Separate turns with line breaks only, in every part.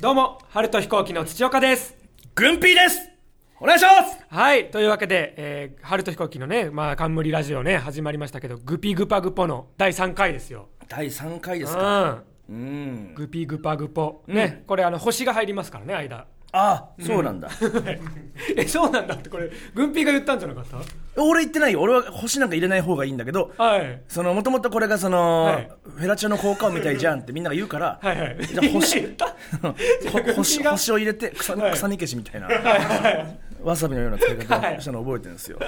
どうも、春と飛行機の土岡です。
軍ピーですお願いします
はい、というわけで、えー、春と飛行機のね、まあ、冠ラジオね、始まりましたけど、グピグパグポの第3回ですよ。
第3回ですか
うん。
うん
グピグパグポ。ね、これ、あの、星が入りますからね、間。
あそうなんだ、
え、そうなんだって、これ、グンピーが言ったんじゃなかった
俺言ってないよ俺は星なんか入れない方がいいんだけど
はい。
そのもともとこれがその、
はい
フェラチオの効果音みたいじゃんってみんなが言うから
はい はい。
じゃあ星
みんな言った じゃあ
ほ星
軍艇が
星を入れて草,、
はい
草にけしみたいな、わさびのような使い
は
方を
い
したのを覚えてるんですよ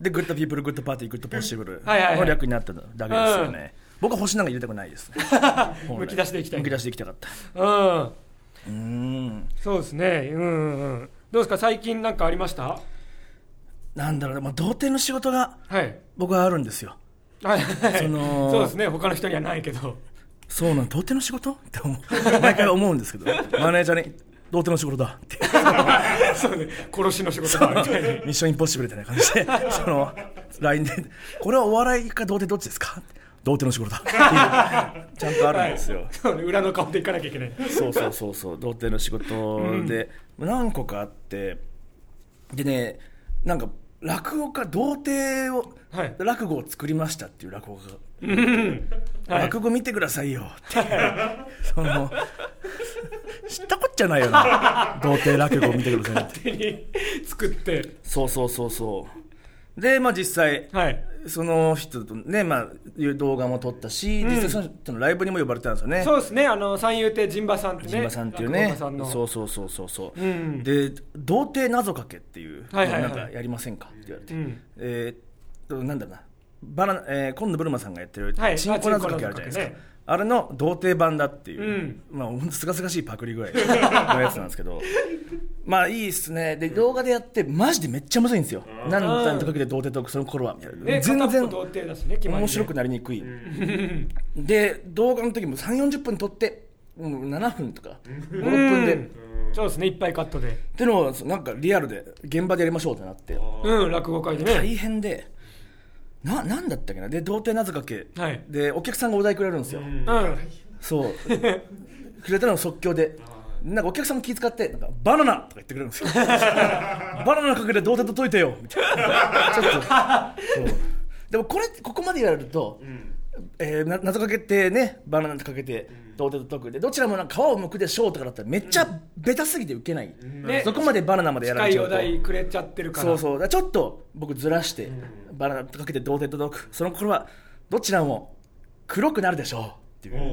でグッドピープルグッドパーティーグッドポッシブル
はいはいはい
の略になっただけですよね、僕は星なんか入れたくないです、ね、
むき出していきたい。
抜き出していきたかった
うん。
うーん
そうですね。うんうんうん。どうですか、最近なんかありました
なんだろうね、まあ、童貞の仕事が
はい。
僕はあるんですよ
はいはい
その
そうですね他の人にはないけど
そうなん童貞の仕事って思う毎回思うんですけどマネージャーに「童貞の仕事だ」って
そうね殺しの仕事だみたいな
「ミッションインポッシブル」みたいな感じでその LINE で「これはお笑いか童貞どっちですか?」童貞の仕事だっていうちゃんとあるんですよ、
そうね裏の顔でいかなきゃいけない
そうそうそうそう童貞の仕事で何個かあってでねなんか落語家童貞を、
はい
落語を作りましたっていう落語家が
はい
落語見てくださいよっていうその知ったこっちゃないよな童貞落語見てくださいって
手に作って
そうそうそうそうでまあ実際
はい
その人とねまあいう動画も撮ったし、実際その人のライブにも呼ばれたんですよね
そうですねあの三遊亭陣馬さんってね
ジンバさんっていう
落語
ね
家さんの
そうそうそうそうそう、
ん
で童貞謎かけっていう、
はいはいはい
なんかやりませんかって言われて、
うん
えーっとなんだろうなバナ、えー、今度ブルマさんがやってる
はい
チンコ謎かけあるじゃないです
チ
か、
ンコ謎かけね
あれの童貞版だっていう、
うん
まあほんとすがすがしいパクリ具合のやつなんですけど まあいいっすねで動画でやってマジでめっちゃむずいんですよ何段とかけて童貞トークその頃はみたいな、
ね
全
片っぽ
然
童貞だしね決まりね
面白くなりにくい、 で動画の時も3 4 0分撮ってもう7分とか56分で、
うん
っ
そうですねいっぱいカットで
てのをなんかリアルで現場でやりましょうってなって
うん落語会でね
大変でななんだったっけなで童貞なぜかけ、
はい
でお客さんがお題くれるんですよ、
うん
そうくれたのを即興でなんかお客さんも気遣ってなんかバナナとか言ってくれるんですよバナナかけて童貞と解いてよみたいなちょっとそうでもこれここまでやると、えーな謎かけてねバナナとかけて童貞と解くでどちらもなんか皮を剥くでしょうとかだったらめっちゃベタすぎて受けない、
ね
そこまでバナナまでやら
近
れち
い
ゃ
お
うと
題くれちゃってるから
そうそうだからちょっと僕ずらして、バナナとかけて童貞と解くその頃はどちらも黒くなるでしょうっていう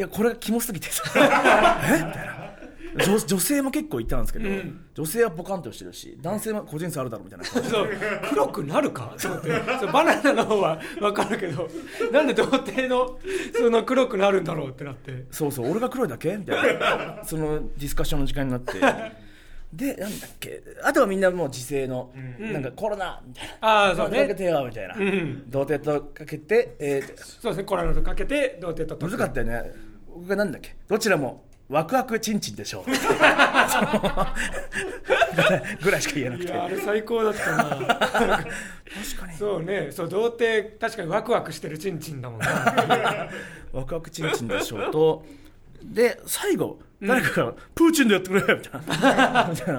いやこれがキモすぎて えみたいな女女性も結構いたんですけど、女性はポカンとしてるし男性は個人差あるだろうみたいな感じ
そう黒くなるかと思ってそうバナナの方は分かるけどなんで童貞のその黒くなるんだろうってなって
そうそう俺が黒いだけみたいなそのディスカッションの時間になってでなんだっけあとはみんなもう自制の、なんかコロナみたいな
ああそう
かけ
ね
てよみたいな、
ん
童貞とかけて、えー
そうですねコロナとかけて童貞と
難かったよね僕がなんだっけどちらもワクワクチンチンでしょう そのぐらいしか言えなく
い
て
やあれ最高だったな
確かに
そうねそう童貞確かにワクワクしてるチンチンだもんな
ワクワクチンチンでしょうとで最後誰かが「プーチンでやってくれ」みたいなみたい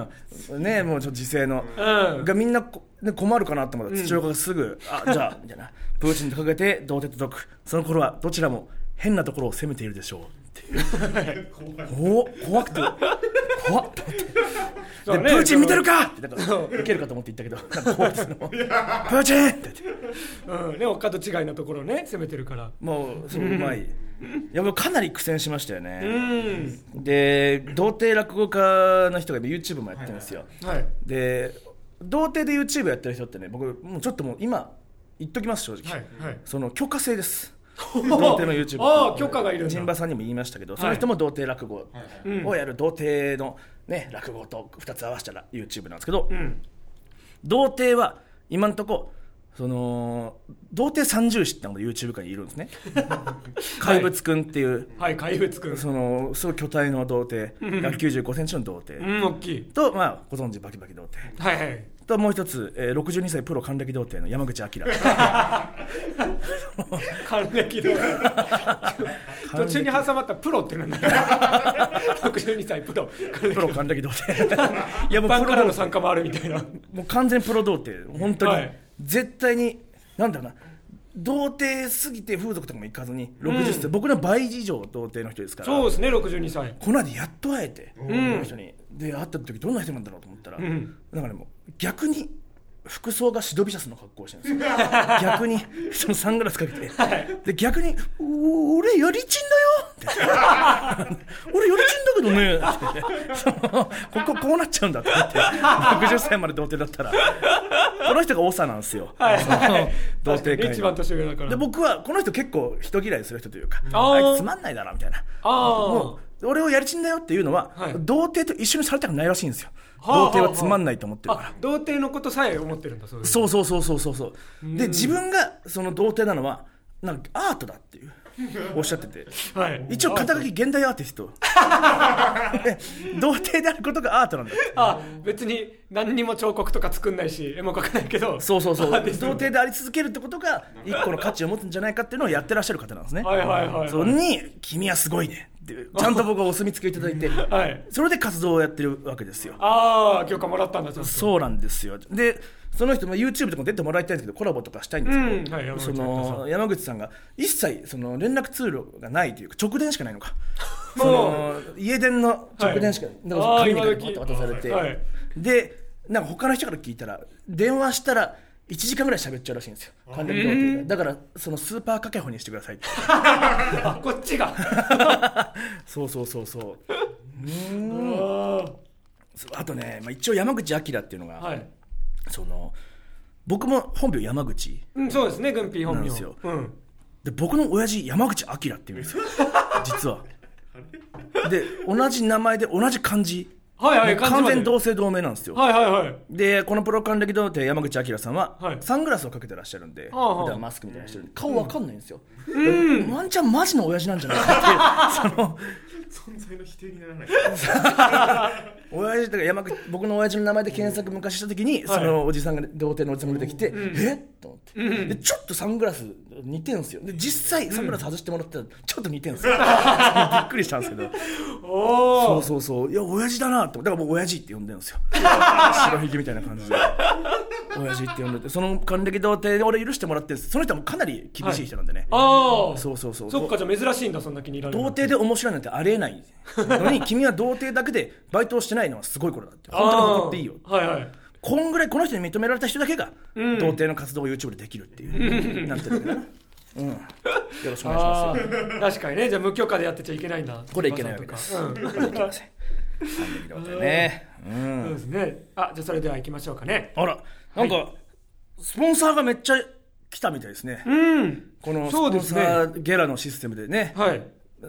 なねもうちょっと時勢の、
うん
がみんなこ、ね、困るかなと思ったら土岡がすぐ「あじゃあ」みたいな「プーチンとかけて同点と解くその頃はどちらも変なところを攻めているでしょう」っていうお怖くて怖っと思って。で
そうね
プーチン見てるかってだから受けるかと思って言ったけど なんか怖いですねもうプーチンって言って
うんねおかと違いのところをね攻めてるから
もうそのうまいいやもうかなり苦戦しましたよね、
うん
で童貞落語家の人が今 YouTube もやってるんですよ、
はい
で童貞で YouTube やってる人ってね僕もうちょっともう今言っときます正直、
はいはい
その許可制 です童貞の YouTube
ああ許可がいるんだ
陣馬さんにも言いましたけどその人も童貞落語をやる童貞の、ね、落語と2つ合わせたら YouTube なんですけど、童貞は今のとこその童貞三重師ってのが YouTube 界にいるん ですね怪物くんっていう、
はい怪物くん
そのすごい巨体の童貞
うん
1 9 5ンチの童
う
貞
ん大きい
と、まあ、ご存知バキバキ童貞
はいはい
ともう一つ、えー、62歳プロ還暦童貞の 山口明
還暦の途中に挟まったプロってなんだ 62歳プロ還暦
プロ還暦童貞いやも
一
う
般
プ
から
ロ童
の参加もあるみたいな
もう完全プロ童貞本当に、
はい
絶対になんだろうな童貞すぎて風俗とかも行かずに60歳、
うん
僕の倍以上童貞の人ですから
そうですね62歳
この間やっと会えて、こ
ん
の人にで会った時どんな人なんだろうと思ったら、
ん
なんかねもう逆に服装がシドビシャスの格好をしてるんで すよ逆にそのサングラスかけて、で逆に「お俺やりちんだよ」って 俺やりちんだけどね」ってそのこここうなっちゃうんだってって60歳まで童貞だったらこの人が長なんですよ、
はい
その童
確か
貞
に
界
一
の
番年上だから
で僕はこの人結構人嫌いする人というか
あ
あ
ー
いつつまんないだなみたいな
あー
もう俺をやりちんだよっていうのは、
はい
童貞と一緒にされたくないらしいんですよ、
はあ
童貞はつまんないと思ってるから、
あ童貞のことさえ思ってるんだそういう
そうそうそうそうそうそうで自分がその童貞なのはなんかアートだっ ていうおっしゃってて
はい
一応肩書き現代アーテ ィストで童貞であることがアートなんだって
あ別に何にも彫刻とか作んないし絵も描かないけど
そうそうそう
ア
童
ーティスト
貞であり続けるってことが一個の価値を持つんじゃないかっていうのをやってらっしゃる方なんですね
はいはいはいはい
それに「君はすごいね」っていうちゃんと僕はお墨付きをいただ いて
はい
それで活動をやってるわけですよ
ああ許可もらったんだちゃんと
そうなんですよでその人も YouTube とかも出てもらいたいんですけどコラボとかしたいんですけど、
うんはい
そ
山口さ
の山口さんが一切その連絡通路がないというか直電しかない のか
おう
その家電の直電しか、
はい
だから紙に
あー今時
渡されて、
はい
でなんか他の人から聞いたら電話したら1時間ぐらい喋っちゃうらしいんですよ関連童貞がだからそのスーパーかけほにしてくださいって
あこっちが
そうそうそう そう
あ
そうあとね、まあ、一応山口明っていうのが、
ーはい
その僕も本名山口
うんそうですね軍備本
なん
名
ですよ
うん
で僕の親父山口明っていうんですよ実はで同じ名前で同じ漢字
はいはい
もう
漢字
完
まで
全同姓同名なんですよ、
はいはいはい
でこのプロ還暦童貞山口明さんは、
はい
サングラスをかけてらっしゃるんで、
ああ
普段マスクみたいなのしてるんで顔わかんないんですよ、ワンチャンマジの親父なんじゃないかっていうその
存在の否定にならない。
親父とか山口僕の親父の名前で検索昔した時に、
ん
そのおじさんが童貞のおじさんが出てきて、えっと思って、でちょっとサングラス似てんすよで実際サングラス外してもらったらちょっと似て んすよ、びっくりしたんですけど
お
そう
お
そうそういや親父だなとだからもう親父って呼んでるんですよ白ひげみたいな感じで 親父って呼んでてその還暦童貞で俺許してもらってるんですその人はもうかなり厳しい人なんでね、
ああ
そうそうそう
そっかじゃあ珍しいんだそんな気に入られる
童
の
貞で面白いなんてありえないのに君は童貞だけでバイトをしてないのはすごいことだって本当に誇っていいよ
あーはいはい
こんぐらいこの人に認められた人だけが、童貞の活動を YouTube でできるって いうなってるんだな、うん、よろしくお願いし
あ
ますよ
ー確かにねじゃあ無許可でやってちゃいけないんだ
これいけないわけです、
うん
これいけません還暦童貞ね、うん
そうですねあじゃあそれでは行きましょうかね
あら、なんか、スポンサーがめっちゃ来たみたいですね。
うん
このス
そ
ポ
うで
ン
す
サ
ね
ーゲラのシステムでね、
はい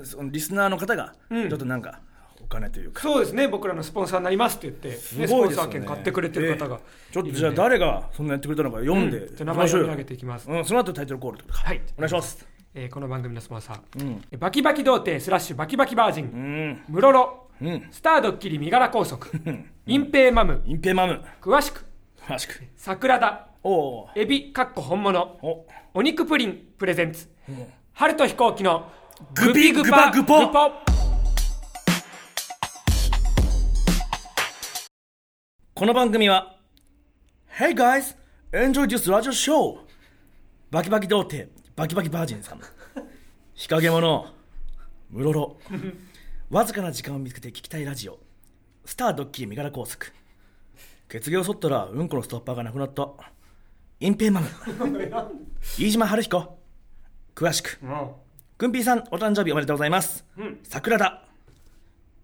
そのリスナーの方が、ち
う
ょ
ん
っとなんか、お金というか、
そうですね僕らのスポンサーになりますって言って、ね
す
ス
ご
ポ
い
ン
です
サ
よ
ー
ね
権買ってくれてる方が、
ちょっとじゃあ
いるんで
誰がそんなやってくれたのか読んで、
じゃあ名前を
行
読み
き
上
ましょ
げていきます、
うようん、その後タイトルコールとか、
はい
お願いします。
えーこの番組のスポンサー、えバキバキ童貞スラッシュバキバキバージ
う
ン
ん、
ムロロ
うん、
スタードッキリ身柄拘束隠蔽マム
インペイマム、
詳しく
詳しく。
桜田
おう
エビかっこ本物
おう、
お肉プリンプレゼンツ、春と飛行機の
グビグバグポ
グポ
この番組は、Hey guys, enjoy this radio show! バキバキ童貞、バキバキバージン さん。日陰者、ムロロ。わずかな時間を見つけて聞きたいラジオ。スタードッキリ身柄拘束。血芸を剃ったらうんこのストッパーがなくなった。隠蔽 マム。飯島春彦。詳しく。くんぴーさん、お誕生日おめでとうございます。桜田。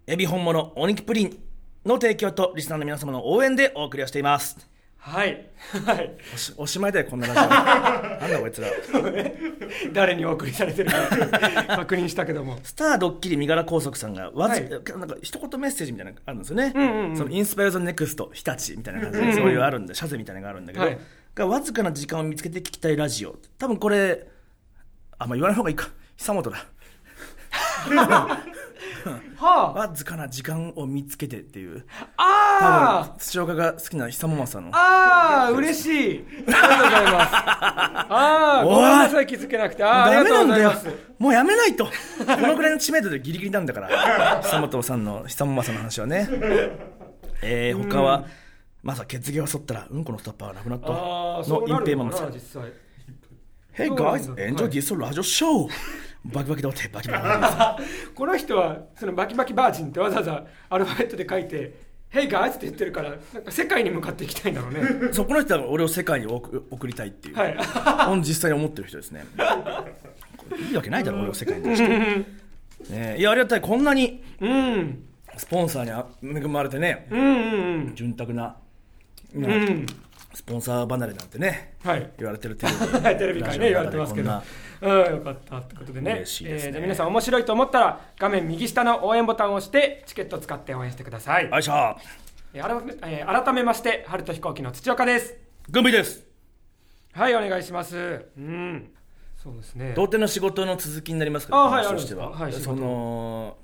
エビ本物、お肉プリンの提供とリスナーの皆様の応援でお送りをしています。
はい、はい、
おしおしまいだよこんなラジオ なんだこいつら
誰にお送りされ てるか確認したけども
スタードッキリ身柄拘束さんがわず、
は
なんか一言メッセージみたいなのがあるんですよね、そのインスパイアーズネクスト日立みたいな感じでそういうあるんで、シャゼみたいなのがあるんだけど、
はい
がわずかな時間を見つけて聞きたいラジオ多分これあんま言わない方がいいか久本だ
は
わずかな時間を見つけてっていう
あ
多
あ
分土岡が好きな久ママさんの
あああ嬉しいありがとうございますああ
おい
ごめんなさい気づけなくてあああ
ダ
り
メ
がとうんご
なだ
ざい
よ
ます
もうや めないとこのぐらいの知名度でギリギリなんだから久本さんの久本さんの話 はねえー、他は、まさ血芸を剃ったらうんこのスタッパーがなくなった
ああそ
の
うな
隠
る
蔽マ
の
マさ
かなん実際
Hey
そうなんだ
guys, enjoy this radio show! バキバキだって、バキバキだっ
この人はそのバキバキバージンってわざわざアルファベットで書いて「Hey guys」って言ってるからなんか世界に向かっていきたいんだろうね
て。そこの人は俺を世界に送送りたいっていう、
はい
ほん実際に思ってる人ですね。これいいわけないだろ、俺を世界に 出して。ねえいや、ありがたい。こんなに
うん
スポンサーにあ恵まれてね、
うんうん
潤沢な、
うんうん
スポンサー離れなんてね、
はい
言われてるテレビ
はいテレビ界ね言われてますけど
ラジ
うんよかったってことでね
嬉しいですね
えーじゃあ皆さん面白いと思ったら画面右下の応援ボタンを押してチケットを使って応援してください、
よいしょ
えー改めえー改めまして春と飛行機の土岡です
軍備です
はいお願いしますうんそうですね
童貞の仕事の続きになりますけど、
あはい
話としては、
あるんですか
そ
はい
の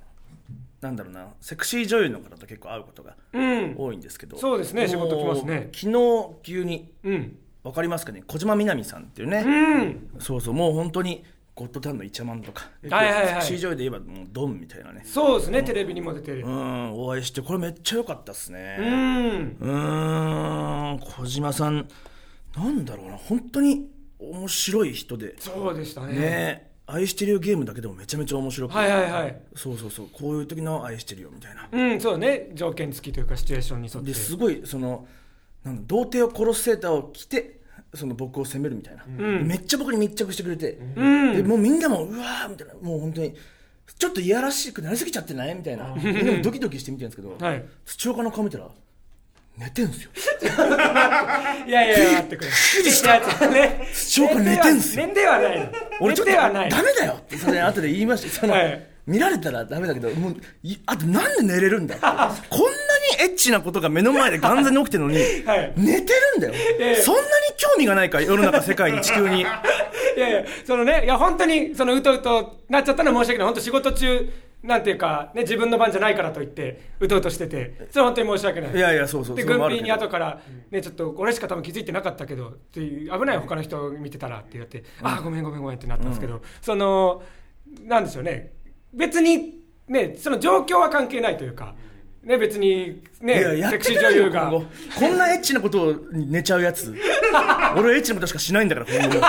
なんだろうなセクシー女優の方と結構会うことが
うん
多いんですけど、
そうですね
も
仕事来ますね
昨日急に
うん
分かりますかね小島みなみさんっていうね、
うん
そうそうもう本当にゴッドタンのイチャマンとか、
はいはいはい
セクシー女優で言えばもうドンみたいなね
そうですねテレビにも出てる
うんお会いしてこれめっちゃ良かったっす
う
ね
ん
うんん小島さんなんだろうな本当に面白い人で
そうでしたね
ね愛してるよゲームだけでもめちゃめちゃ面白くて、
はいはいはい
そうそうそうこういう時の愛してるよみたいな
うんそうね条件付きというかシチュエーションに沿って
ですごいそのなんだ童貞を殺すセーターを着てその僕を責めるみたいな、
ん
めっちゃ僕に密着してくれて、
うん
でもうみんなもうわーみたいなもう本当にちょっといやらしくなりすぎちゃってないみたいなみんなもドキドキしてみてるんですけど、
はい
土岡の顔見たら寝てんすよ
いやいやいや待ってくれ
びっくりした
いや違うね
土岡寝てんすよ
年齢はないの
俺ちょっ
年
と
齢
ダ
はない
メ
の
だよってそれ後で言いましたその、
はい
見られたらダメだけどもういあとなんで寝れるんだってこんなにエッチなことが目の前で完全に起きてるのに、
はい
寝てるんだよ、
ええ
そんなに興味がないか世の中世界に地球 に
いやいや、そのね、いや、本当に、その、うとうとなっちゃったのは申し訳ない。本当仕事中、なんていうか、ね、自分の番じゃないからといって、うとうとしてて、それは本当に申し訳ない。
いやいやそうそう
で、
それ
軍
もある
備
け
に
ど
後から、ね、ちょっと、俺しか多分気づいてなかったけど、っていう、危ない他の人見てたらって言って、ああ、ごめんごめんごめんってなったんですけど、その、なんでしょうね、別に、ね、その状況は関係ないというか、ね、別に、
いや
ね、
やっ
セク
て
シ
く
ー女
れよ
優
今
が
後。こんなエッチなことを寝ちゃう やつ俺はエッチなことしかしないんだから今後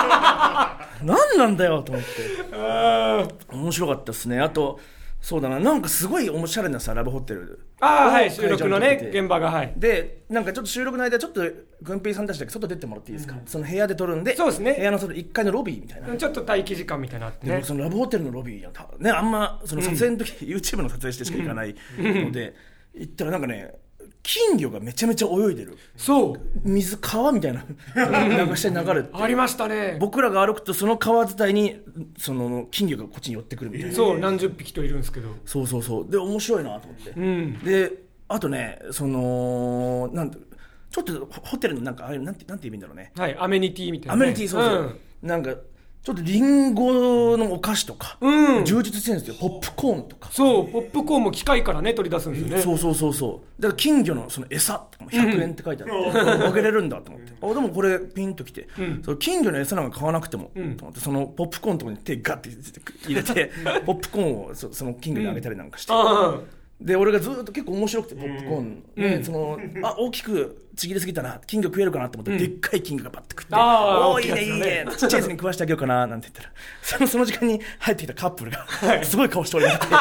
何なんだよと思って
あー
面白かったですねあとそうだななんかすごいおしゃれなさラブホテル
あー、はい、
会場
収
に
録の
撮
ね
っ、て
現場が、はい。
でなんかちょっと収録の間ちょっと軍平さんたちだけ外出てもらっていいですか、その部屋で撮るんで
そうですね
部屋のその1階のロビーみたいな、
ちょっと待機時間みたいなのあって
で
ね
僕。そのラブホテルのロビーやったねあんまその撮影の時、YouTube の撮影してしか行かないので、行ったらなんかね金魚がめちゃめちゃ泳いでる
そう。
水川みたいな流して流れて
ありましたね。
僕らが歩くとその川伝いにその金魚がこっちに寄ってくるみたいな、
そう、何十匹といるんですけど。
そうそうそうで面白いなと思って、
うん。
であとねそのなんてちょっとホテルのなんかあれなんてなんて言えばいいんだろうね
はい、アメニティみたいな、
ア
ね。
メニティそうそう、なんかちょっとリンゴのお菓子とか、
うん。うん。
充実してるんですよポップコーンとか、
そう、ポップコーンも機械からね、取り出すんですよね。
そうそうそうそうだから金魚のその餌とかも100円って書いてあって、あげれるんだと思ってあでもこれピンときて、その金魚の餌なんか買わなくても、と思ってそのポップコーンのとこに手ガッて入れてポップコーンをそその金魚にあげたりなんかして、
あ
で俺がずーっと結構面白くてポップコーン、ねそのあ大きくちぎれすぎたな金魚食えるかなと思って、でっかい金魚がパッて食って「
あー
お
大
お
き
い
い
い
やつだ
ね
ね
いいね」ちっちゃいやつに食わしてあげようかななんて言ったらそのその時間に入ってきたカップルが、すごい顔しておりましてその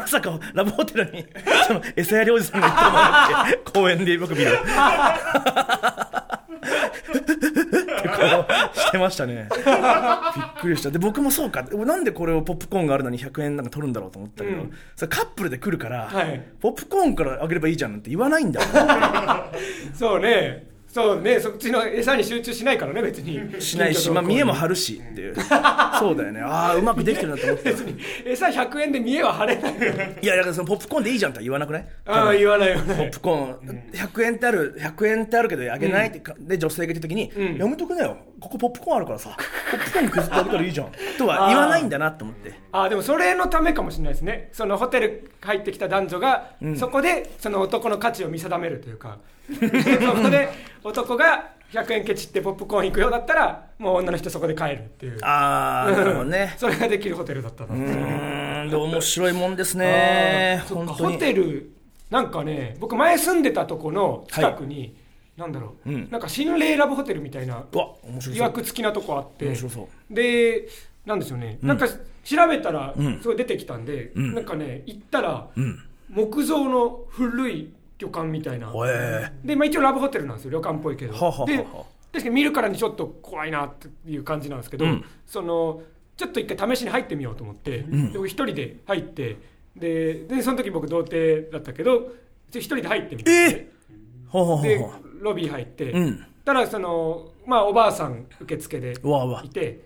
まさかラブホテルにその餌やりおじさんが行ってもらって公園で僕見るって顔してましたねびっくりしたで僕もそうか俺なんでこれをポップコーンがあるのに100円なんか取るんだろうと思ったけど、
うん
それカップルで来るから、
はい
ポップコーンからあげればいいじゃんなんて言わないんだよ
あ。そうね。そうねそっちの餌に集中しないからね別に
しないし、まあ、見えも張るしっていうそうだよねああうまくできてるなと思ってた
別に餌100円で見えは張れない
いやだからそのポップコーンでいいじゃんって言わなくない
ああ言わないよ
ポッ
ね
プコーン100円ってある100円ってあるけどあげないってか、で女性が言った時に、
うん
やめとくなよここポップコーンあるからさポップコーン削ってあげたらい いじゃんとは言わないんだなと思って
ああでもそれのためかもしれないですねそのホテル入ってきた男女が、そこでその男の価値を見定めるという かそこで男が100円ケチってポップコーン行くようだったらもう女の人そこで帰るっていう
ああなるほどね
それができるホテルだったな
うーんで面白いもんです
あ
ね
ーそっ
本
か
当
ホ
に
テルなんかね僕前住んでたとこの近くに、なんだろう、
うん
なんか心霊ラブホテルみたいな
うわ面白
い
そ
わ
う
くつきなとこあって
面白そ
でなんですよね、なんか調べたら
うん
すごい出てきたんで、
ん
なんかね行ったら
うん
木造の古い旅館みたいな、
ほえ
で、まあ、一応ラブホテルなんですよ旅館っぽいけど、
はあはあはあ
で確かに見るからにちょっと怖いなっていう感じなんですけど、
うん
そのちょっと一回試しに入ってみようと思って、
ん
で僕一人で入ってででその時僕童貞だったけどで一人で入ってみて、
えほうほうほう
で
ほ
ロビー入って、
うん
たらその、まあ、おばあさん受付で
うわうわ
いて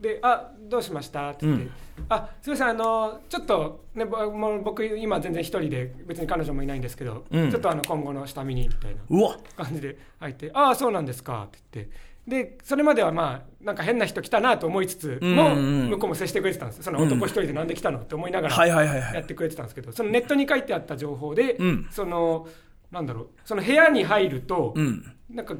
で「あどうしました?」って言って「
うん
あすみませんあのちょっと、ね、ぼもう僕今全然一人で別に彼女もいないんですけど、
うん
ちょっとあの今後の下見に」みたいな
うわ
感じで入って「ああそうなんですか」って言ってでそれまではまあなんか変な人来たなと思いつつ
うん
も
うん
向こうも接してくれてたんですその男一人でなんで来たのって思いながら
はいはいはいは
やっ
い
てくれてたんですけどそのネットに書いてあった情報で、
うん
そのなんだろうその部屋に入ると、
うん
なんか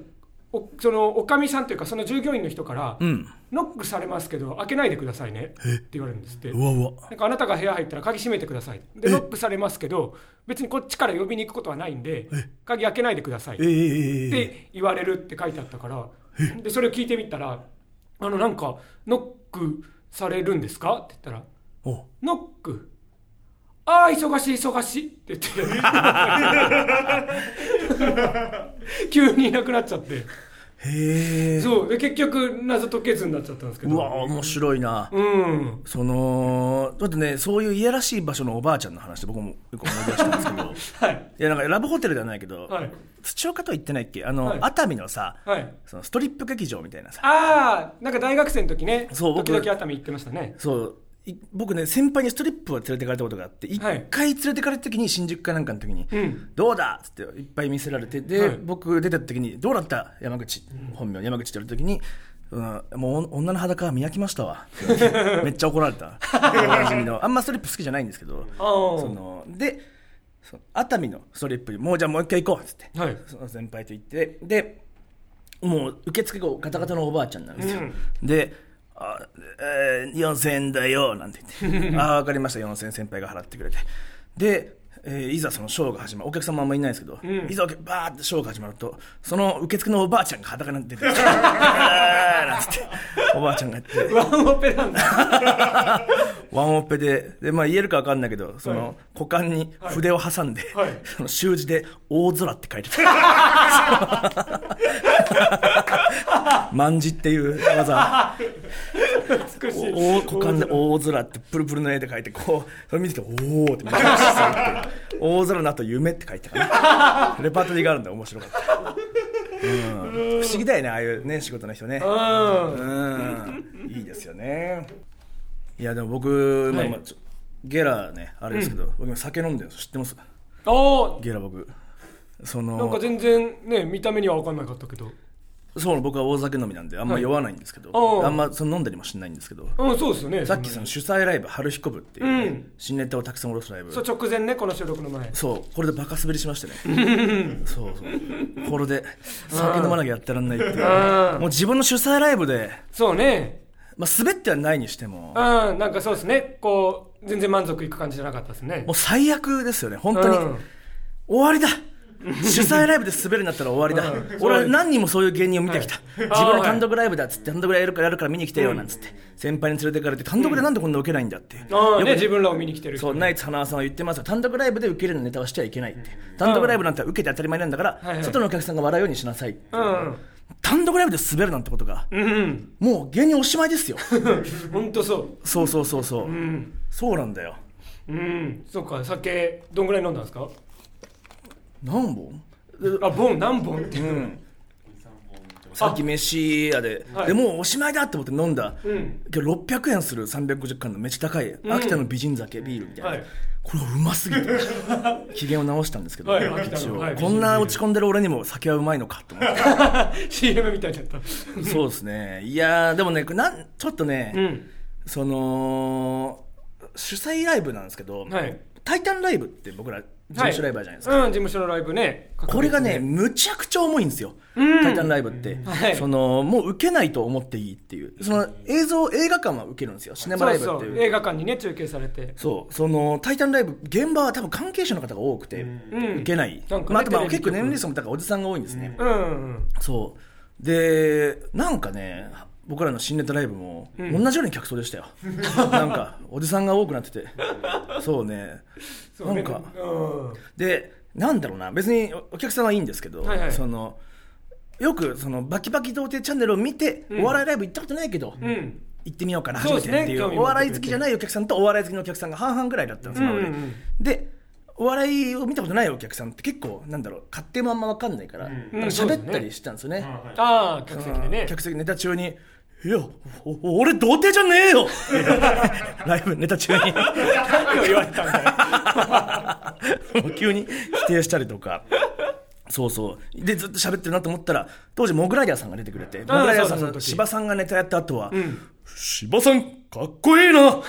おそのおかみさんというかその従業員の人から、
うん
ノックされますけど開けないでくださいねって言われるんですって。
うわうわ
なんかあなたが部屋入ったら鍵閉めてくださいでノックされますけど別にこっちから呼びに行くことはないんで鍵開けないでください
えええ
っ
えええ
て言われるって書いてあったからでそれを聞いてみたら「あのなんかノックされるんですか?」って言ったら
お
「ノックああ忙しい忙しい」って言 って急にいなくなっちゃって
へえ
そうで結局謎解けずになっちゃったんですけ
うわ
ど
面白いな
うん
そのだってねそういういやらしい場所のおばあちゃんの話で僕もよく思い出したんですけ ど
はい
いやなんかラブホテルではないけど、
はい
土岡とは言ってないっけあの、
はい
熱海のさ、
はい
そのストリップ劇場みたいなさ
ああなんか大学生の時ね
そう僕
時々熱海行ってましたね
そうい僕ね先輩にストリップを連れてかれたことがあって一
はい
回連れてかれた時に新宿かなんかの時に「
うん
どうだ!」っつっていっぱい見せられてで、
はい
僕出てった時に「どうだった山口」本名山口って言われた時に「うん、もう女の裸は見飽きまし たわ」って言われてめっちゃ怒られたおなじみのあんまストリップ好きじゃないんですけど
ああ
そのでその熱海のストリップにもうじゃあもう一回行こうっつって、
はい
その先輩と行ってでもう受付後ガタガタのおばあちゃんなんですよ、
うん
であ、えー4000円だよなんて 言ってああ分かりました4000円先輩が払ってくれてで、えーいざそのショーが始まるお客様あんまいないんですけど、
ん
いざお客バーってショーが始まるとその受付のおばあちゃんが裸になって て「あーなんつっておばあちゃんがやって
ワンオペなんだ
ワンオペで、で、まあ言えるか分かんないけど、その、股間に筆を挟んで、
はいはい
その習字で、大空って書いて た。 万字っていう技、
美しい
お股間で大空ってプルプルの絵で書いて、こう、それ見てて、おーって見てました大空の後、夢って書いてたからね。レパートリーがあるんだ、面白かった。うん、不思議だよね、ああいうね、仕事の人ね。
うん
うんいいですよね。いや、でも僕、まあ
はい
まあちょゲラね、あれですけど、僕今酒飲んでるんです知ってます
あ
ゲラ僕。そ
あなんか
の、
全然ね見た目には分かんなかったけど
そう、僕は大酒飲みなんで、あんま酔わないんですけど、
はいああ
あんまその飲んだりもしないんですけど、
うんそうですよね
さっきその主催ライブ、春彦部っていうね、
うん
新ネタをたくさん下ろすライブ。
そう直前ねこの収録の前
そう、これでバカ滑りしましたね。そうそう。これで、酒飲まなきゃやってらんないっていう。
うん
もう自分の主催ライブで、
そうね
まあ、滑ってはないにしても、
うんなんかそうですねこう全然満足いく感じじゃなかったですね
もう最悪ですよね、本当に。
うん
終わりだ主催ライブで滑るんだったら終わりだ、
うん
俺
そ
は
う
何人もそういう芸人を見てきた、自分
あー
の単独ライブだっつって単独ライブやるからやるから見に来てよなんつって、先輩に連れてかれて単独でなんでこんな受けないんだって、
あ
よ
あ
く
ね自分らを見に来てる
そう
人
ナイツ花さんは言ってますよ単独ライブで受けるようなネタはしちゃいけないって単独ライブなんて受けて当たり前なんだから、
はいはい
外のお客さんが笑うようにしなさい、
うん
単独ライブで滑るなんてことが、
うん
もう芸人おしまいですよ
本当そ
そうそうそうそう、
ううん
そうなんだよ
うんそうか酒どんぐらい飲んだんですか
何本
あボン何本って
うんさっき飯屋で、
はい
でもうおしまいだと思って飲んだ、
うん
今日600円する350缶のめっちゃ高い、
ん
秋田の美人酒ビールみたいな、
はい
これうま すぎて機嫌を直したんですけど、
はい秋田の
一応、
はい
こんな落ち込んでる俺にも酒はうまいのかと思って
CM みたいになった。
そうですねいやーでもねなんちょっとね、
うん。
その主催ライブなんですけど、
はい
タイタンライブって僕ら事務所ライバーじゃないですか、
うん、事務所のライブね。
これがね、、むちゃくちゃ重いんですよ。
うん
タイタンライブって、
はい
その、もう受けないと思っていいっていう。その映像、映画館は受けるんですよ。シネマライブっていう。
そうそう映画館にね、中継されて。
そうそのタイタンライブ現場は多分関係者の方が多くて、
うん
受けない、
なんかね
まあ、あとまあ
テレビ
結構年齢層も高いおじさんが多いんですね、
うんうん。
そうでなんかね僕らの新ネタライブも
うん
同じように客層でしたよ、 なんかおじさんが多くなっててそうね
そう
なんか
うん。
でなんだろうな別におお客さんはいいんですけど、
はいはい
そのよくそのバキバキ童貞チャンネルを見て、
うん
お笑いライブ行ったことないけど、
うん。
行ってみようかな初
そう
め
です
て
ね
っていう
興味持ってくれて
お笑い好きじゃないお客さんとお笑い好きのお客さんが半々ぐらいだったんですよ、
うんうんうん
今まででお笑いを見たことないお客さんって結構なんだろう勝手もあんま分かんないから、
うん
うん
なんか
そうです
喋
ね
ったりしたんですよね、
あはい
ああ、客席でね。
客席ネタ中に「いやおお俺童貞じゃね えよ! 」ライブネタ中に
何を言われたんだよ。
もう急に否定したりとか。そうそうでずっと喋ってるなと思ったら当時モグライダーさんが出てくれてモグライダ
そ
ーさん
うだその
の
時
芝さんがネタやった後は「芝さんかっこいいな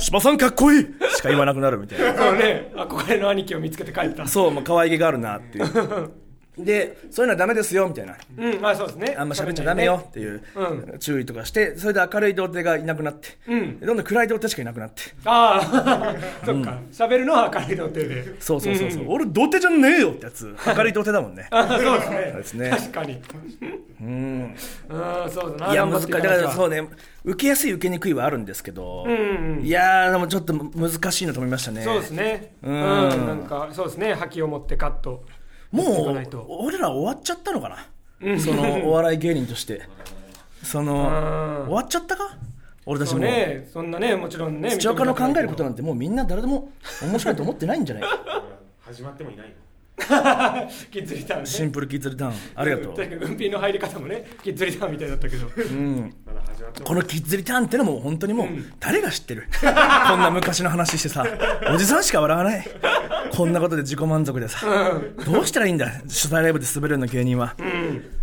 芝さんかっこいい!」しか言わなくなるみたいな
そうね、憧れの兄貴を見つけて帰った。
そうまあ可愛げがあるなっていう でそういうのはダメですよみたいな
うん、まあそうですね。
あんま喋っちゃダメよっていう
う
注意とかしてそれで明るい童貞がいなくなって
うん
どんどん暗い童貞しかいなくなって
ああ、そっか。 喋るのは明るいの手で。
そうそうそうそう
うん。
俺童貞じゃねえよってや つ明るい童貞だもんね
ああ、 そう
そう
で
です
すね。
ね
確かに。
うん
うん、そうだな。
いや
頑張
難
っ
してい
か
だ
な
か
きゃ
らそうね受けやすい受けにくいはあるんですけど、
うんうん
いやーでもちょっと難しいなと思いましたね
そうですね。う
う
んん、なんか、そうですね。覇気を持ってカット。
も
やっていかないうと
俺ら終わっちゃったのかな、
うん
そのお笑い芸人としてその
うん
終わっちゃったか俺たち
そ
も
うね、そんなね、もちろんね。
土岡の考えるこ
認めたくな
と
い
なんてもうみんな誰でも面白いと思ってないんじゃない
始まってもいないの
けど。キッズリターンね。
シンプルキッズリターンありがと
確
う、
かに、うんぴーの入り方もね、キッズリターンみたいだったけど。
うん、
まだ始まっても
このキッズリターンってのも本当にもう
うん
誰が知ってる、 こんな昔の話してさおじさんしか笑わないこんなことで自己満足でさ、どうしたらいいんだ主催ライブで滑るような芸人は、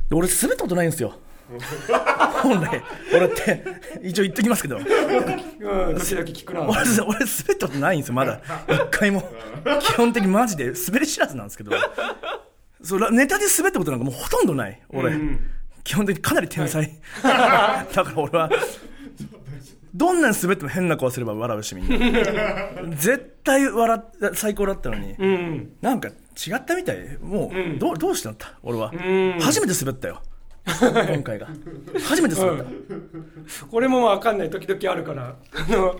で俺滑ったことないんですよ本来俺って一応言っときますけど
うん、時々聞くな。
俺俺滑ったことないんですよまだ一回も基本的にマジで滑り知らずなんですけどそうらネタで滑ったことなんかもうほとんどない俺、
うん
基本的にかなり天才、だから俺はどんなに滑っても変な顔すれば笑うしみんな絶対笑っ最高だったのに、
うん。
なんか違ったみたいもう、
うん
どうどうしてなった俺は、
ん
初めて滑ったよ今回が初めて滑った、
これもわかんない、時々あるから。あの、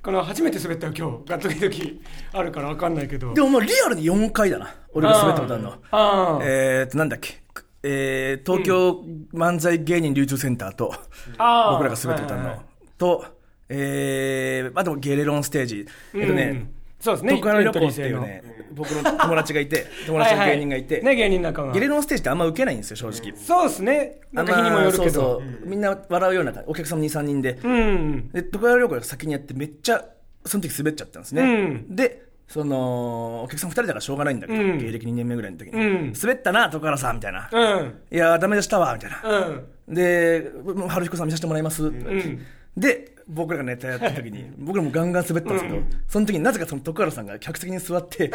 この初めて滑ったよ、今日。が時々あるからわかんないけど。
でももうリアルに4回だな俺が滑ったことあるの
あーあー。
えー、となんだっけくえー、東京漫才芸人流通センターと、
あー
僕らが滑ってたの、
はいはいはい
と、えー、あとゲレロンステージ、えっと
う
ね
ん、そうですね。
徳原旅行
エン
って
トリー制
いう
の
ね、僕の友達がいて、友達の芸人がいて、
ははね、芸人仲間。
ゲレロンステージってあんま受けないんですよ、正直。
そうですね。なんか日にもよるけど。
あんまそうそう、みんな笑うような感じ、お客さんも2、3人で、
うん。
で徳川旅行が先にやってめっちゃその時滑っちゃったんですね、
う
でそのお客さん2人だからしょうがないんだけど、
うん
芸歴2年目ぐらいの時に、
うん
滑ったな徳原さんみたいな、
うん。
いやーダメでしたわみたいな、
うん。
でもう春彦さん見させてもらいます、
ん
で僕らがネタやった時に僕らもガンガン滑ったんですけど、その時になぜかその徳原さんが客席に座ってに ニ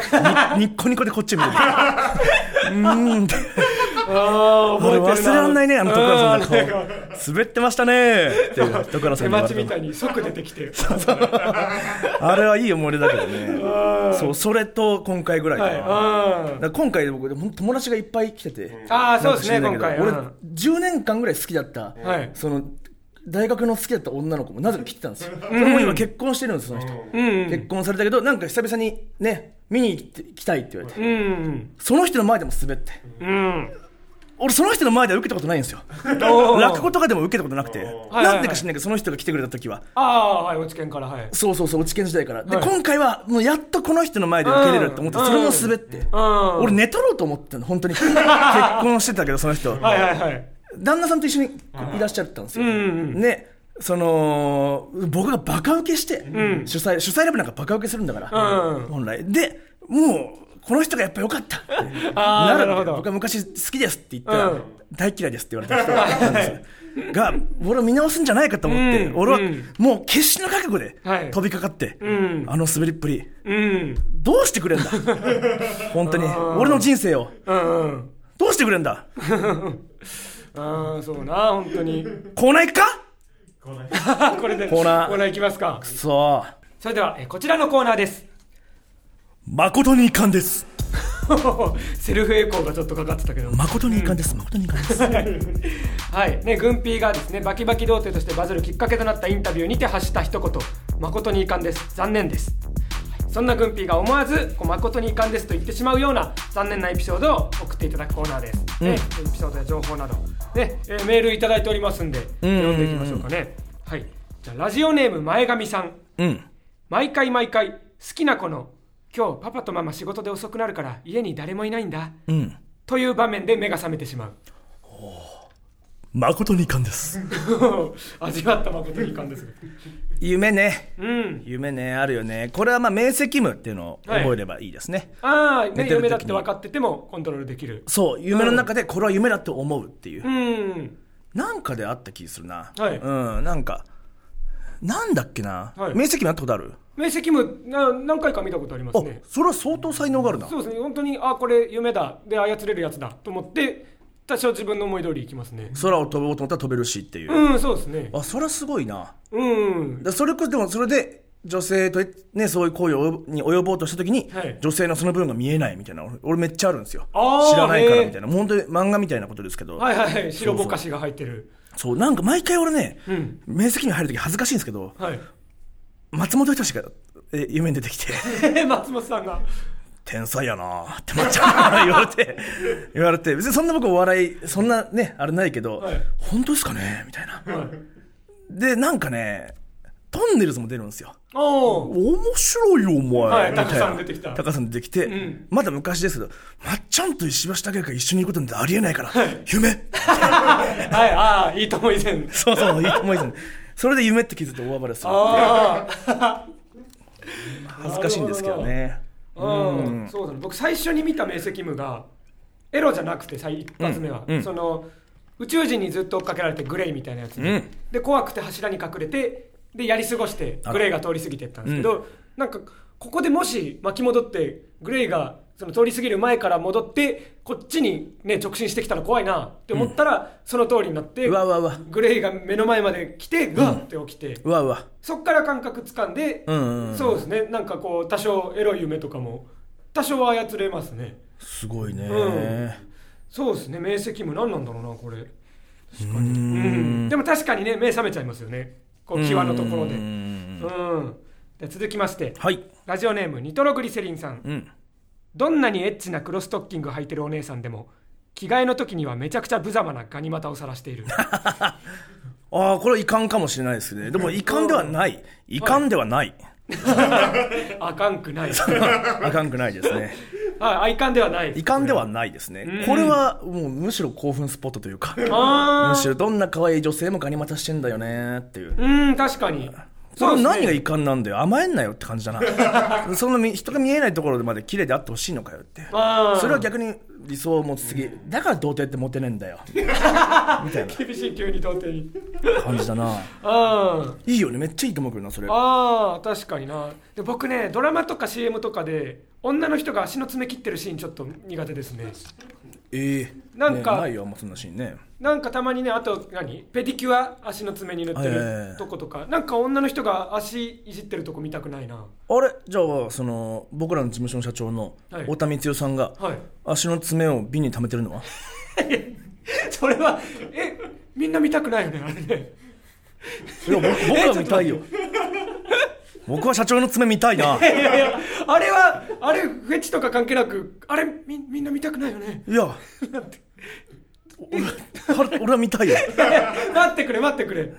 ッコニコでこ っち見ててうーんって
ああ、覚
俺
えてるな。
忘れらんないねあの徳原さん
う
の顔滑ってましたねーっていう徳原さ
出
んに言わ
待ち
れ
み
た
たいに即出てきて。
あれはいい思い出だけどね。そう、それと今回ぐらいか
はい。
な。だ
あ
から今回で僕、ほんと友達がいっぱい来てて。
あー、そうですね、
なん
今
か知
回。う
らないけど
ん
俺、10年間ぐらい好きだった、
はい
その、大学の好きだった女の子もなぜか来てたんですよ。それも今結婚してるんですよ、その人。
うん。
結婚されたけど、なんか久々にね、見に行ってきたいって言われて。
うん。
その人の前でも滑って。
うん。
俺、その人の前では受けたことないんですよ。
おー
落語とかでも受けたことなくて。
はいはい
なんでか知んないけど、その人が来てくれた時は。
ああ、はい、落ち見から、はい。
そうそうそう、落ち研時代から。で、
はい
今回は、もうやっとこの人の前で受けれると思って、
うん
それも滑って。
うん。
俺、寝とろうと思ってたの、本当に。結婚してたけど、その人。
はいはいはい。
旦那さんと一緒にいらっしゃったんですよ、
うんうんうん
ねその僕がバカ受けして、
ん
主催主催ライブなんかバカ受けするんだから、
うんうん
本来でもうこの人がやっぱ良かったって
あー
なる
なるほ
んで
ど
僕は昔好きですって言ったら、
うん
大嫌いですって言われた人なんです よが俺を見直すんじゃないかと思って、
うん
俺は
うん
もう決死の覚悟で
はい
飛びかかって、
ん
あの滑りっぷり
うん
どうしてくれん だ本当に俺の人生を
うんうん
どうしてくれんだ
ああそうな本当に
コーナー行くか
これで
コーナー
コーナーいきますか
そう
それではえこちらのコーナーです
誠に遺憾です
セルフエコーがちょっとかかってたけど
誠に遺憾です誠に遺憾です
はいね、軍ピーがですねバキバキ童貞としてバズるきっかけとなったインタビューにて発した一言「誠に遺憾です残念です」そんな軍ピーが思わずこう「誠に遺憾です」と言ってしまうような残念なエピソードを送っていただくコーナーです、
うん
ね、エピソードや情報など、ねえーメールいただいておりますんで
うんうんうん
読んでいきましょうかね、はい、じゃあラジオネーム前髪さん
うん
毎回毎回好きな子の「今日パパとママ仕事で遅くなるから家に誰もいないんだ
うん」
という場面で目が覚めてしまう
誠に遺憾です
味わった誠に遺憾ですが
夢ね
うん。
夢ねあるよねこれはまあ明晰夢っていうのを覚えればいいですね、
ああ、
寝
ね、
てる時に
夢だって分かっててもコントロールできる。
そう夢の中でこれは夢だって思うっていう、
うん。
なんかであった気するな、
はい
うんなんかなんだっけな、
はい
明晰夢あったことある
明晰夢な何回か見たことあります
あ、
ね。
それは相当才能があるな
そうですね、本当に、あこれ夢だ、で操れるやつだと思って、多少自分の思い通りいきますね。
空を飛ぼうと思ったら飛べるしっていう、
うん、そうですね。
あそれはすごいな
うん。
だそれこそでもそれで女性と、ね、そういう行為を及ぼに及ぼうとした時に、
はい
女性のその部分が見えないみたいな俺俺めっちゃあるんですよ
あー
知らないか
へ
ら
ー
みたいな本当に漫画みたいなことですけど、
はいはいはい、白ぼかしが入ってる。
そうなんか毎回俺ね、
うん
面積に入る時恥ずかしいんですけど
はい。
松本人志がえ夢に出てきて
松本さんが。
天才やなーってまっちゃん言われて言われて別にそんな僕お笑いそんなねあれないけど、
はい
本当ですかねみたいな
はい、
でなんかねトンネルズも出るんですよ
おお。
面白いよお前、
はい
みいな
タカさん出てきた
タカさん出てきて、
ん
まだ昔ですけどまっちゃんと石橋貴明が一緒にいることなんてありえないから、夢
はい、ああ、いいとも以前。
そうそういいと思いですねそれで夢って気づいて大暴れする
ああ。
恥ずかしいんですけどね
うん、そうだね僕最初に見た明晰夢がエロじゃなくて最一発目は、
うんうん
その宇宙人にずっと追っかけられてグレイみたいなやつに、
うん
で怖くて柱に隠れてでやり過ごしてグレイが通り過ぎてったんですけど、なんかここでもし巻き戻ってグレイがその通り過ぎる前から戻ってこっちに、ね、直進してきたら怖いなって思ったら、その通りになって
うわうわうわ
グレイが目の前まで来てガッて起きて、
うわうわ
そっから感覚つかんで、
うんうんうん
そうですねなんかこう多少エロい夢とかも多少は操れますね
すごいね、
そうですね明晰夢何なんだろうなこれ確か
う
にう
ー
んんでも確かにね目覚めちゃいますよねこう際のところで
うー
うん
ん
で続きまして
はい
ラジオネームニトログリセリンさん
うん
どんなにエッチな黒ストッキング履いてるお姉さんでも着替えの時にはめちゃくちゃ無様なガニ股を晒して いる
ああこれは遺憾かもしれないですねでも遺憾ではない遺憾ではない、
あかんくない
あかんくないですね
ああいかんではない
遺憾ではないですね、
うん
これはもうむしろ興奮スポットというか
あ
む
あ
しろどんな可愛い女性もガニ股してんだよねっていう。
うん確かに
それ
っすね
何が遺憾なんだよ甘えんなよって感じだなそんなみ人が見えないところまで綺麗であってほしいのかよって
あー
それは逆に理想を持ちすぎだから童貞ってモテねえん だよみたいな
厳しい急に童貞に
感じだな
あ
いいよねめっちゃいいと思うけどなそれ
あー確かになで僕ねドラマとか CM とかで女の人が足の爪切ってるシーンちょっと苦手ですね
ええ
なんか
ねえないよあんまそんなシーンね
なんかたまにねあと何ペディキュア足の爪に塗って
はいはいは
る
い
とことかなんか女の人が足いじってるとこ見たくないな
あれじゃあその僕らの事務所の社長の
はい
太田光代さんが、
はい
足の爪を瓶に溜めてるのは
それはえみんな見たくないよねあれね
いや僕僕は見たいよ僕は社長の爪見たいない
やいやいやあれはあれフェチとか関係なくあれみみんな見たくないよね
いや、俺は俺は見たいよ。
待ってくれ待ってくれ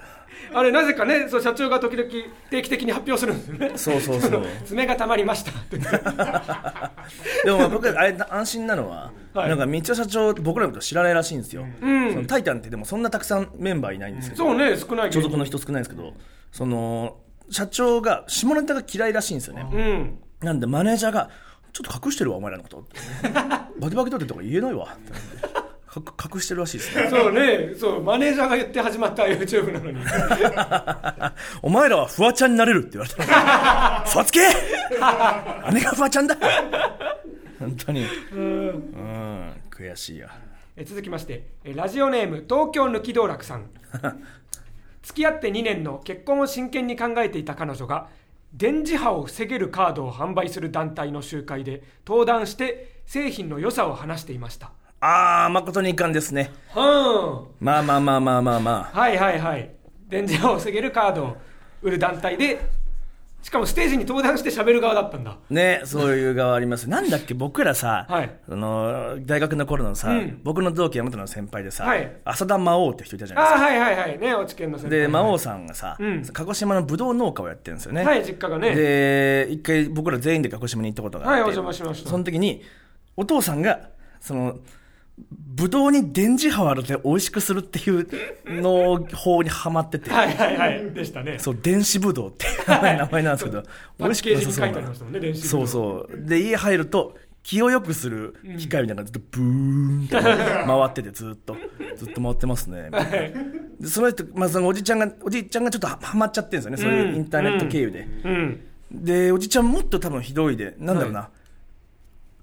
あれなぜかねそう社長が時々 定期的に発表するんですよね
そうそうそう
の爪がたまりましたって
でもまあ僕あれ安心なのは、
はい
なんか道夫社長僕らのこと知らないらしいんですよ、
うん
そのタイタンってでもそんなたくさんメンバーいないんですけど、
そうね少ないけど
所属の人少ないんですけどその社長が下ネタが嫌いらしいんですよね、
うん
なんでマネージャーが「ちょっと隠してるわお前らのこと」バキバキ取ってとか言えないわ」ってか隠してるらしいですね
そうねそうマネージャーが言って始まった YouTube なのに
お前らはフワちゃんになれるって言われ た「ふわつけ姉がフワちゃんだ!」本当にうん悔しいや
え続きましてえラジオネーム東京抜き道楽 さん付き合って2年の結婚を真剣に考えていた彼女が電磁波を防げるカードを販売する団体の集会で登壇して製品の良さを話していました
ああ誠に遺憾ですね
は
まあまあまあまあまあま
んはいはいはい電磁波を防げるカードを売る団体でしかもステージに登壇して喋る側だったんだ
あねそういう側ありますなんだっけ僕らさ、
はい
その大学の頃のさ、
うん
僕の同期山本の先輩でさ、
はい
浅田魔王って人いたじゃないですか
ああはいはいはいね落ち研の先輩
で、魔王さんがさ、
うん
鹿児島のぶどう農家をやってるんですよね。
はい実家がね
で、一回僕ら全員で鹿児島に行ったことがあって、
はいお邪魔しました
その時に、お父さんが、その、ぶどうに電磁波を当てて美味しくするっていう農法にはまっ てて、
はいはいはいでしたね
そう、電子ぶどうっていう名前名前なんですけど、美
パ
味し
ッ
く
ケー
な
ジ
さ
に
そ
書
う
いてあり
な
ま。したもんね電子
そうそう。で、家入ると、気を良くする機械みたいなのがずっとブーンって回ってて、ずっと、ずっと回ってますね、みたいな
はい
でその人、まあ、そのおじちゃんがおじいちゃんがちょっとははまっちゃってるんですよね、そういうインターネット経由で、
うん
でおじちゃんもっと多分ひどいでなんだろうな、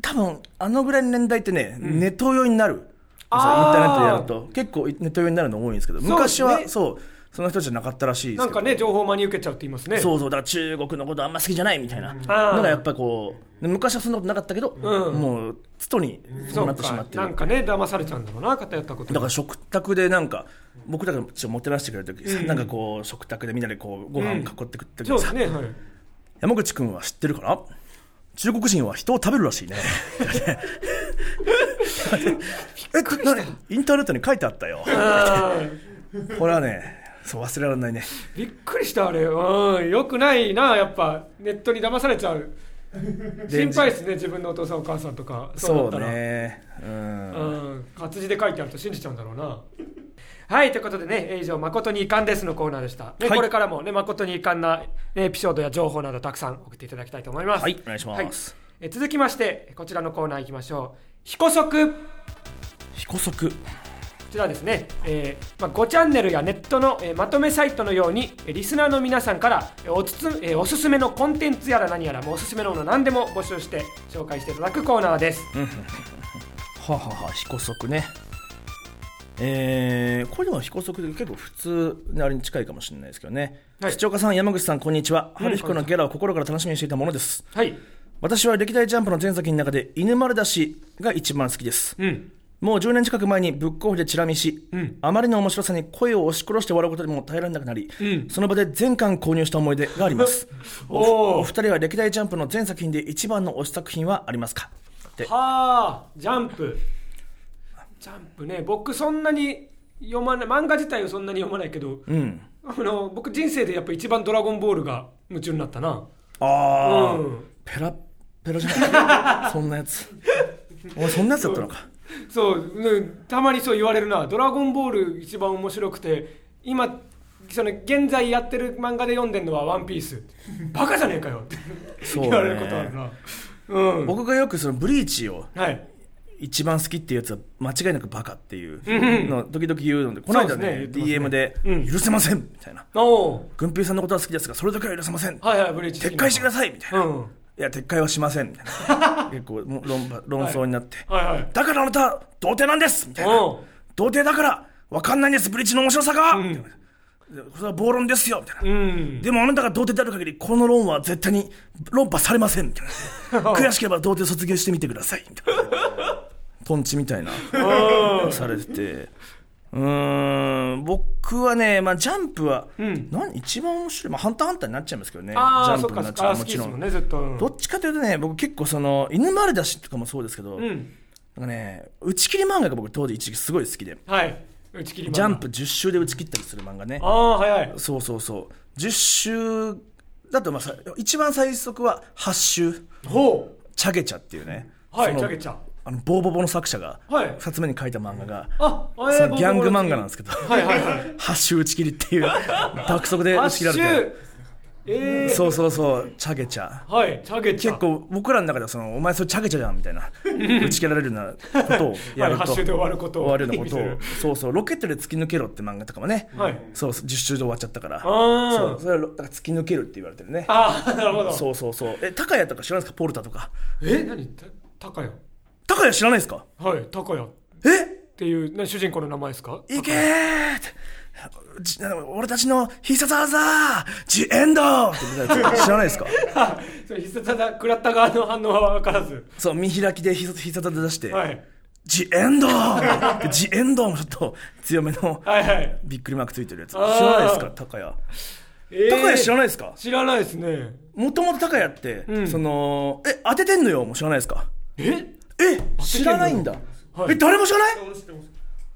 多分あのぐらいの年代ってね、ネトウヨになるインタ
あー
ーネットでやると結構ネトウヨになるの多いんですけど
そうですね
昔はそうその人じゃなかったらしいで
な
す
ん
けど
かね情報を真に受けちゃうって言いますね
そうそうだから中国のことあんま好きじゃないみたいなの
あー
がやっぱこうで昔はそんなことなかったけど、
うん
もうストにそうなってしまってる
なんかね騙されちゃうんだろうな偏ったこと
だから食卓でなんか僕らがちょっともてなしてくれる時さ、なんかこう食卓でみんなでこうご飯囲ってくって
そうで
さ、
すねはい
山口君は知ってるかな中国人は人を食べるらし いねえこなインターネットに書いてあったよ
あ
これはねそう忘れられないね
ーびっくりしたあれうんよくないなやっぱネットに騙されちゃう
で
心配ですね自分のお父さんお母さんとか
そう
だったら
ねうん
うん活字で書いてあると信じちゃうんだろうな。はいということでね、えー以上、誠に遺憾ですのコーナーでした。ね
はい
これからもね、誠に遺憾なエピソードや情報などたくさん送っていただきたいと思います。
はいお願いします
えー続きまして、こちらのコーナー行きましょう。彦足こ
彦足
ちらですね、えーまあ、5チャンネルやネットの、えーまとめサイトのように、えーリスナーの皆さんからえーおつつ、えーおすすめのコンテンツやら何やら、もうおすすめのもの何でも募集して紹介していただくコーナーです。
はあはあはあ彦足ねえー、これでも彦足で結構普通のあれに近いかもしれないですけどね、
はい
土岡さん山口さんこんにちは春彦のギャラを心から楽しみにしていたものです
はい。
私は歴代ジャンプの前作品の中で犬丸出しが一番好きです
うん。
もう10年近く前にブックオフでチラ見し、
うん
あまりの面白さに声を押し殺して笑うことにも耐えられなくなり、
うん
その場で全巻購入した思い出があります
おー
お二人は歴代ジャンプの全作品で一番の推し作品はありますかって
はあジャンプジャンプね僕そんなに読まない漫画自体をそんなに読まないけど、
うん
あの僕人生でやっぱ一番「ドラゴンボール」が夢中になったな
ああ、
うん
ペラッペラじゃない そんなやつ俺そんなやつだったのか
そう、うんたまにそう言われるな「ドラゴンボール」一番面白くて今その現在やってる漫画で読んでるのは「ワンピースバカじゃねえかよって
そう
言
ね
われることあるなうん
僕がよくそのブリーチを
はい
一番好きっていうやつは間違いなくバカっていうのを時々言うので、この
そ
間ね
うですね言って
DM で、
うん
許せませんみたいな
おお
「軍平さんのことは好きですがそれだけは許せません」
はいはいブリーチ
撤回してくだ
さ
さい」みたいな「
うん
いや撤回はしません」みたい な結構もう論破論争になって、
はいはい
だからあなたは童貞なんです」みたいな
うん
「童貞だから分かんないんですブリーチの面白さが」みたいなでそれは暴論ですよ」みたいな、
うん
でもあなたが童貞である限りこの論は絶対に論破されませんみたいな悔しければ童貞卒業してみてくださいみたいなトンチみたいなされててうーん僕はね、まあ、ジャンプは、
ん
何一番面白い、まあ、ハンターハンターになっちゃいますけどねジ
あ
ャ
あ
ン
そっ
プに
かそ
なっ
っ
ちゃ
か
う
あ好
も
き
ち
で
ろ
すも
ん
んねずっとうん
どっちかというとね僕結構その犬丸出しとかもそうですけど、
うん
なんかね打ち切り漫画が僕当時一時期すごい好きで
はい打ち切り漫画
ジャンプ10周で打ち切ったりする漫画ね
ああ早い
そうそうそう10週だとまあさ一番最速は8週
ほ
チャゲチャっていうね
はい
その
ジャケちゃん
あのボーボボの作者が
はい
2つ目に書いた漫画が、
あえー
その
僕
ギャング漫画なんですけど
はいはいはい
「ハッシュ打ち切り」っていう爆速で打ち切られて
ええー、
そうそうそうチャゲチャ
はいジャケちゃん
結構僕らの中ではその「お前それチャゲチャじゃん」みたいな打ち切られるようなことをやる
はいハッ
と
シュで終わることを
終わるようなこと
意味
をそうそう「ロケットで突き抜けろ」って漫画とかもね、
はい
そう10周で終わっちゃったから
ー
そうそれはだから突き抜けるって言われてるね
ああなるほど
そうそうそうえ高谷とか知らないですかポルタとか
え何た高谷
高谷知らないですか
はい高谷っ
え
ていうな主人公の名前ですか
いけーってじ俺たちの必殺技ジエンドって言ってたやつ知らないですか
高谷 それ必殺技食らった側の反応は分からず
そう見開きで必殺必殺技出して、
はい
ジエンドでジエンドもちょっと強めの
はいはい
びっくりマークついてるやつ知
あー
らないですか高谷
えー
高谷知らないですか
知らないですね
もともと高谷って、
うん
そのえ当ててんのよもう知らないですか
え
え知らないんだ、
はい
え誰も知らない
知ってます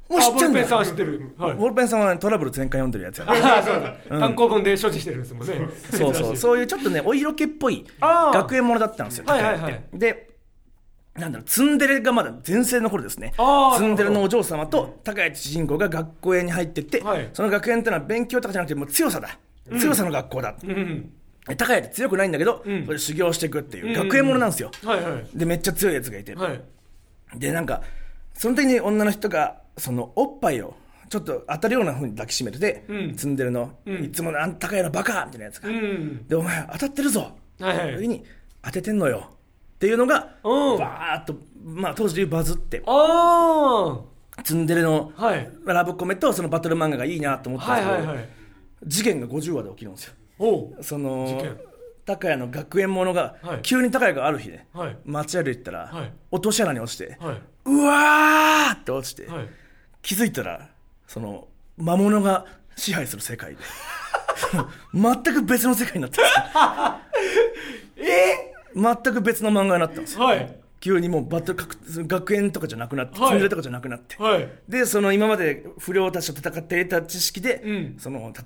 もう知
あ
っ
ボ
て
ル
んだ
ペンさんは知ってるはい
ボールペンさんは、ね、トラブル全開読んでるやつや、ね、
ああそうだ、単行本で所持してるんですもんね
そうそうそういうちょっとねお色気っぽい
あー
学園ものだったんですよ
はいはいはい
でなんだろうツンデレがまだ全盛の頃ですね
あー
ツンデレのお嬢様と高谷主人公が学校へに入ってって、
はい
その学園ってのは勉強とかじゃなくてもう強さだ、強さの学校だ、
うん
高谷って強くないんだけど、それ修行していくっていう学園ものなんですよ、
はいはい
でめっちゃ強いやつがいて、
はい
でなんかその時に女の人がそのおっぱいをちょっと当たるようなふうに抱きしめてて、
うん
ツンデレの、いつものあんたかやのバカみたいなやつが、
うん
でお前当たってるぞ、
はいはい
そういう時に当ててんのよっていうのが
うん
バーっと、まあ、当時でいうバズって
あ
ツンデレの
あはい
ラブコメとそのバトル漫画がいいなと思った
は
んで
い
すけど、
はいはい
事件が50話で起きるんですよ
おう
その
事件
高谷の学園ものが、
はい
急に高谷がある日ね、
はい
街歩いてたら、
はい
落とし穴に落ちて、
はいう
わーって落ちて、
はい
気づいたらその魔物が支配する世界で 全く別の世界になって ます全く別の漫画になったんですよ
はい
急にもうバトル各学園とかじゃなくなって、
はい
ツンデレとかじゃなくなって、
はい
でその今まで不良たちと戦って得た知識で、
うん
そのた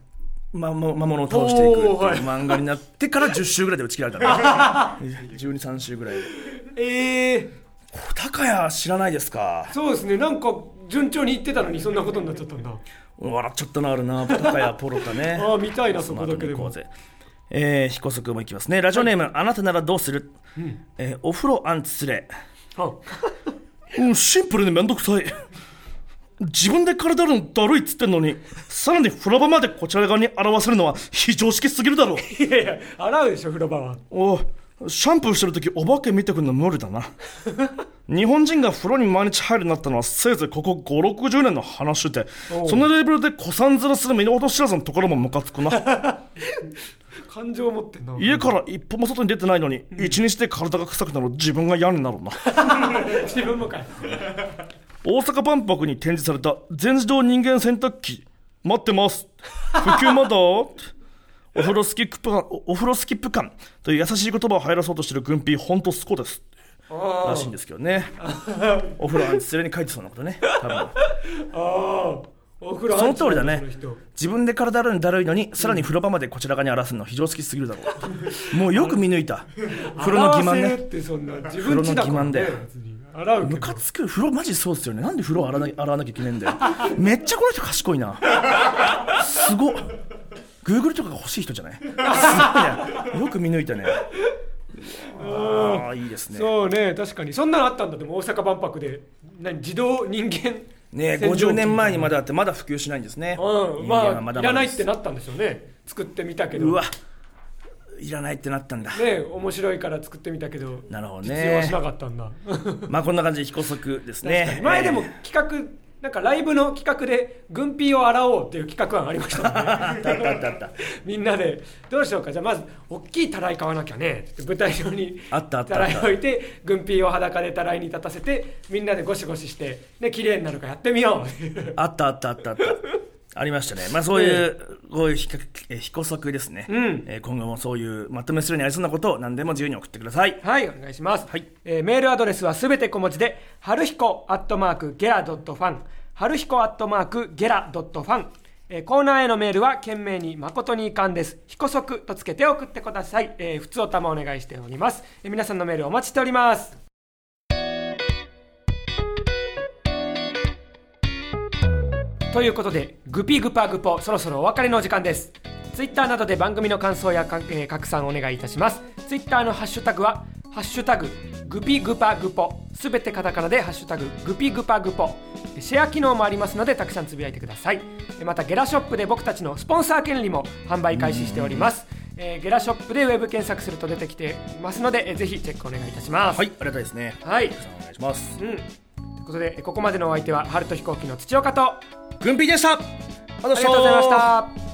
ま、ま、魔物を倒していくっていう
おーはい
漫画になってから10週ぐらいで打ち切られたんで す123週ぐらいで
ええ
お高谷知らないですか
そうですねなんか順調に言ってたのにそんなことになっちゃったんだ
笑っちゃったなあるな高谷ポロタ ね
ああ見たいなそこだけで
行こ
も
うぜ。えー、彦足もいきますね。ラジオネーム、あなたならどうする、えーお風呂あんつれ。
あ
うん、シンプルにめんどくさい。自分で体あるのだるいっつってんのに、さらに風呂場までこちら側に表せるのは非常識すぎるだろう。
いやいや洗うでしょ風呂場は
おうシャンプーしてるときお化け見てくるの無理だな。日本人が風呂に毎日入るようになったのはせいぜいここ5、60年の話で、
おう
そのレベルで子さんずらする身の程知らずのところもムカつくな。
感情を持ってんな
家から一歩も外に出てないのに、一日で体が臭くなる自分が嫌になるな
自分もかい
大阪万博に展示された全自動人間洗濯機待ってます普及まだお風呂スキップ感おお風呂スキップ感という優しい言葉を入らそうとしてる軍ピーほんとすこですらしいんですけどねお風呂は連れに書いてそうなことね多分
ああお風呂
その通りだね
入っちゃうの人
自分で体あるのだるいのにさらに風呂場までこちら側に荒らすのは非常識すぎるだろうもうよく見抜いた風呂の欺瞞
洗わ
ね
せるってそんな 自分家だから、ね、
風呂の欺瞞だよ
別に洗うけ
ム
ど
カつく風呂マジそうっすよねなんで風呂洗わな洗わなきゃいけないんだよ めっちゃこの人賢いなすごっ Google とかが欲しい人じゃないすごいねよく見抜いたねああいいですね
そうね確かにそんなのあったんだでも大阪万博で何自動人間
ね
洗浄機
50年前にまだあってまだ普及しないんですね
うん
人
ま
間
あ
はまだまだ
いらないってなったんでしょうね作ってみたけど
うわいらないってなったんだ
ね面白いから作ってみたけど
なるほど
必要はしな
ね
かったんだ
まあこんな感じで非拘束ですね
前でも
えー
企画なんかライブの企画で軍艇を洗おうっていう企画案ありましたもんね
あったあったあったあった
みんなでどうしようかじゃあまず大きいたらい買わなきゃねって舞台上に
あったあった
らい置いて軍艇を裸でたらいに立たせてみんなでゴシゴシしてで綺麗になるからやってみようっていう
あったあったあったあった。ありましたね。まあそういう、こういう非かえ非拘束ですね。
うん
えー今後もそういうまとめするにありそうなことを何でも自由に送ってください。
はい、お願いします。
はい
えーメールアドレスはすべて小文字で、はるひこアットマークゲラドットファン、はるひこアットマークゲラドットファン。えーコーナーへのメールは懸命に誠に遺憾です。ひこそくとつけて送ってください。えー、普通おたまお願いしております。えー皆さんのメールお待ちしております。ということでグピグパグポそろそろお別れのお時間ですツイッターなどで番組の感想やかん、えー拡散お願いいたしますツイッターのハッシュタグは「ハッシュタググピグパグポ」すべてカタカナで「ハッシュタググピグパグポ」シェア機能もありますのでたくさんつぶやいてくださいえーまたゲラショップで僕たちのスポンサー権利も販売開始しております、えーゲラショップでウェブ検索すると出てきてますので、えーぜひチェックお願いいたします
はいありがたいですね
はい
皆さんお願いします
うん、ということでえーここまでのお相手は春と飛行機の土岡と
軍備でしたありが
ありがとうございました